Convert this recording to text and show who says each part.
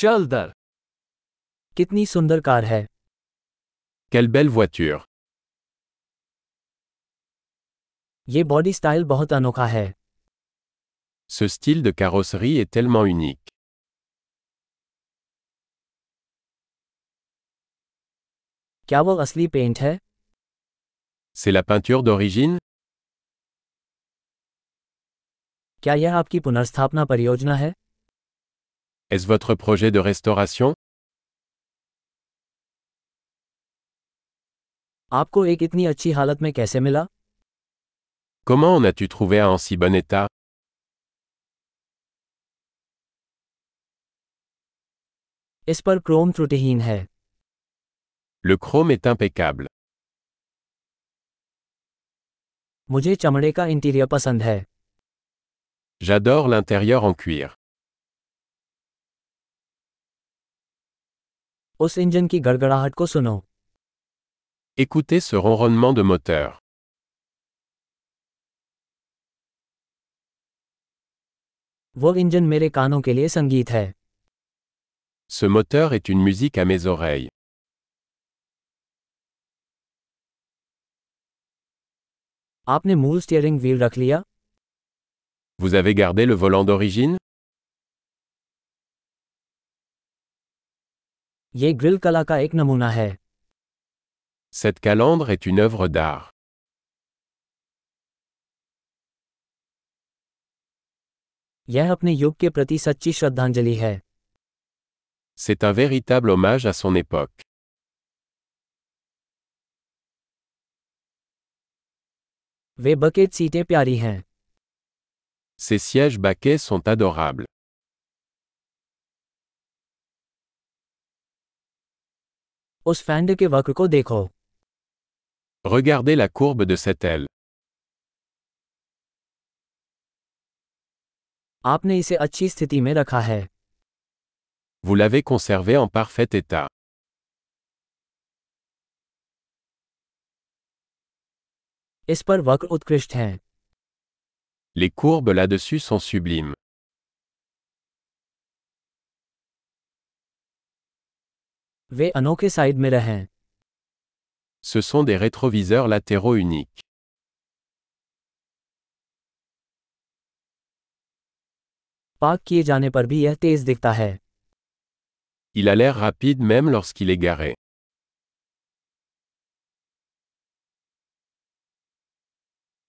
Speaker 1: चल दर
Speaker 2: कितनी सुंदर कार है
Speaker 3: Quelle belle voiture.
Speaker 2: ये बॉडी स्टाइल बहुत अनोखा है
Speaker 3: Ce style de carrosserie est tellement unique.
Speaker 2: क्या वो असली पेंट है
Speaker 3: C'est la peinture d'origine
Speaker 2: क्या यह आपकी पुनर्स्थापना परियोजना है
Speaker 3: Est-ce votre projet de restauration
Speaker 2: आपको एक इतनी अच्छी हालत में कैसे मिला
Speaker 3: Comment en as-tu trouvé un en si bon état
Speaker 2: इस पर क्रोम त्रुटिहीन है
Speaker 3: Le chrome est impeccable.
Speaker 2: मुझे चमड़े का इंटीरियर पसंद है
Speaker 3: J'adore l'intérieur en cuir.
Speaker 2: उस इंजन की गड़गड़ाहट को सुनो
Speaker 3: Écoutez ce ronronnement de moteur.
Speaker 2: वो इंजन मेरे कानों के लिए संगीत है
Speaker 3: Ce moteur est une musique à mes oreilles.
Speaker 2: आपने मूल स्टीयरिंग व्हील रख लिया
Speaker 3: Vous avez gardé le volant d'origine
Speaker 2: ये ग्रिल कला का एक नमूना है
Speaker 3: Cette calandre est une œuvre d'art.
Speaker 2: यह अपने युग के प्रति सच्ची श्रद्धांजलि है
Speaker 3: C'est un véritable hommage à son époque.
Speaker 2: वे बकेट सीटें प्यारी हैं
Speaker 3: Ces sièges baquets sont adorables.
Speaker 2: उस फैंड के वक्र को देखो
Speaker 3: Regardez la courbe de cette aile.
Speaker 2: आपने इसे अच्छी स्थिति में रखा है
Speaker 3: Vous l'avez conservé en parfait état.
Speaker 2: इस पर वक्र उत्कृष्ट हैं
Speaker 3: Les courbes là-dessus sont sublimes.
Speaker 2: वे अनोखे साइड मिरर हैं
Speaker 3: Ce sont des rétroviseurs latéraux uniques.
Speaker 2: Park किए जाने पर भी यह तेज दिखता है
Speaker 3: Il a l'air rapide même lorsqu'il est garé.